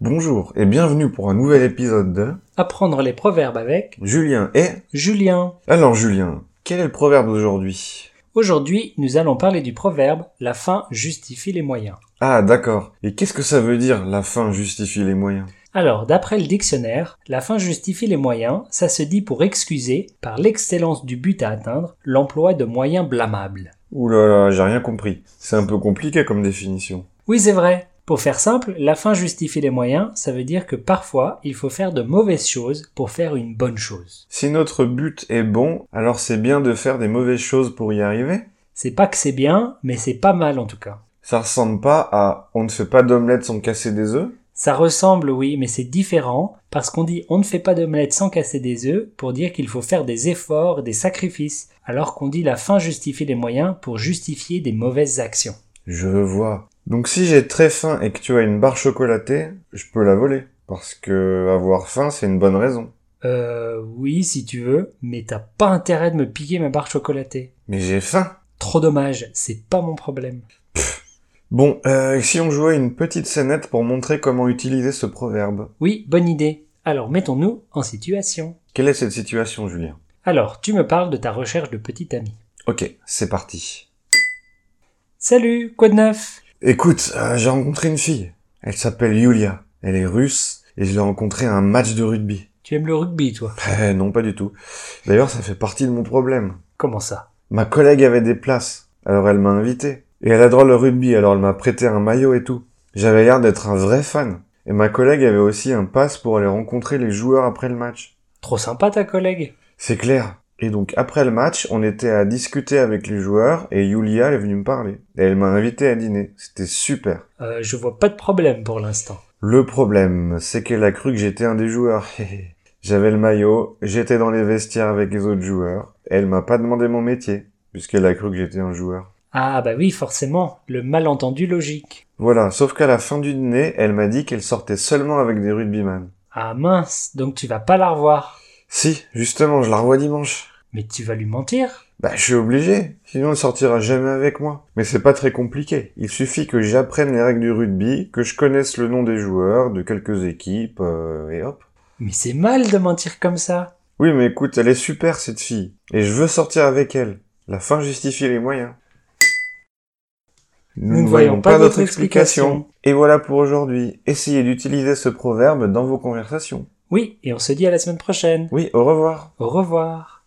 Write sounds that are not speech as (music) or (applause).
Bonjour et bienvenue pour un nouvel épisode de Apprendre les proverbes avec Julien et... Julien. Alors Julien, quel est le proverbe d'aujourd'hui Aujourd'hui, nous allons parler du proverbe La fin justifie les moyens. Ah d'accord, et qu'est-ce que ça veut dire la fin justifie les moyens Alors, d'après le dictionnaire, la fin justifie les moyens, ça se dit pour excuser, par l'excellence du but à atteindre, l'emploi de moyens blâmables. Ouh là là, j'ai rien compris. C'est un peu compliqué comme définition. Oui, c'est vrai. Pour faire simple, la fin justifie les moyens, ça veut dire que parfois, il faut faire de mauvaises choses pour faire une bonne chose. Si notre but est bon, alors c'est bien de faire des mauvaises choses pour y arriver C'est pas que c'est bien, mais c'est pas mal en tout cas. Ça ressemble pas à on ne fait pas d'omelette sans casser des œufs Ça ressemble, oui, mais c'est différent, parce qu'on dit on ne fait pas d'omelette sans casser des œufs pour dire qu'il faut faire des efforts, des sacrifices, alors qu'on dit la fin justifie les moyens pour justifier des mauvaises actions. Je vois. Donc si j'ai très faim et que tu as une barre chocolatée, je peux la voler. Parce que avoir faim, c'est une bonne raison. Euh, oui, si tu veux, mais t'as pas intérêt de me piquer ma barre chocolatée. Mais j'ai faim. Trop dommage, c'est pas mon problème. Bon, euh, si on jouait une petite scénette pour montrer comment utiliser ce proverbe. Oui, bonne idée. Alors mettons-nous en situation. Quelle est cette situation, Julien Alors, tu me parles de ta recherche de petit ami. Ok, c'est parti. Salut, quoi de neuf Écoute, euh, j'ai rencontré une fille. Elle s'appelle Yulia. Elle est russe et je l'ai rencontrée à un match de rugby. (laughs) Tu aimes le rugby, toi Eh, non, pas du tout. D'ailleurs, ça fait partie de mon problème. Comment ça Ma collègue avait des places, alors elle m'a invité. Et elle adore le rugby, alors elle m'a prêté un maillot et tout. J'avais l'air d'être un vrai fan. Et ma collègue avait aussi un pass pour aller rencontrer les joueurs après le match. Trop sympa ta collègue. C'est clair. Et donc après le match, on était à discuter avec les joueurs et Yulia est venue me parler. Et elle m'a invité à dîner. C'était super. Euh, je vois pas de problème pour l'instant. Le problème, c'est qu'elle a cru que j'étais un des joueurs. (laughs) J'avais le maillot, j'étais dans les vestiaires avec les autres joueurs. Elle m'a pas demandé mon métier, puisqu'elle a cru que j'étais un joueur. Ah bah oui, forcément, le malentendu logique. Voilà, sauf qu'à la fin du dîner, elle m'a dit qu'elle sortait seulement avec des rugbyman. Ah mince, donc tu vas pas la revoir. Si, justement, je la revois dimanche. Mais tu vas lui mentir Bah, je suis obligé, sinon elle sortira jamais avec moi. Mais c'est pas très compliqué. Il suffit que j'apprenne les règles du rugby, que je connaisse le nom des joueurs, de quelques équipes, euh, et hop. Mais c'est mal de mentir comme ça. Oui, mais écoute, elle est super cette fille, et je veux sortir avec elle. La fin justifie les moyens. Nous ne voyons pas d'autre explication. Et voilà pour aujourd'hui. Essayez d'utiliser ce proverbe dans vos conversations. Oui, et on se dit à la semaine prochaine. Oui, au revoir. Au revoir.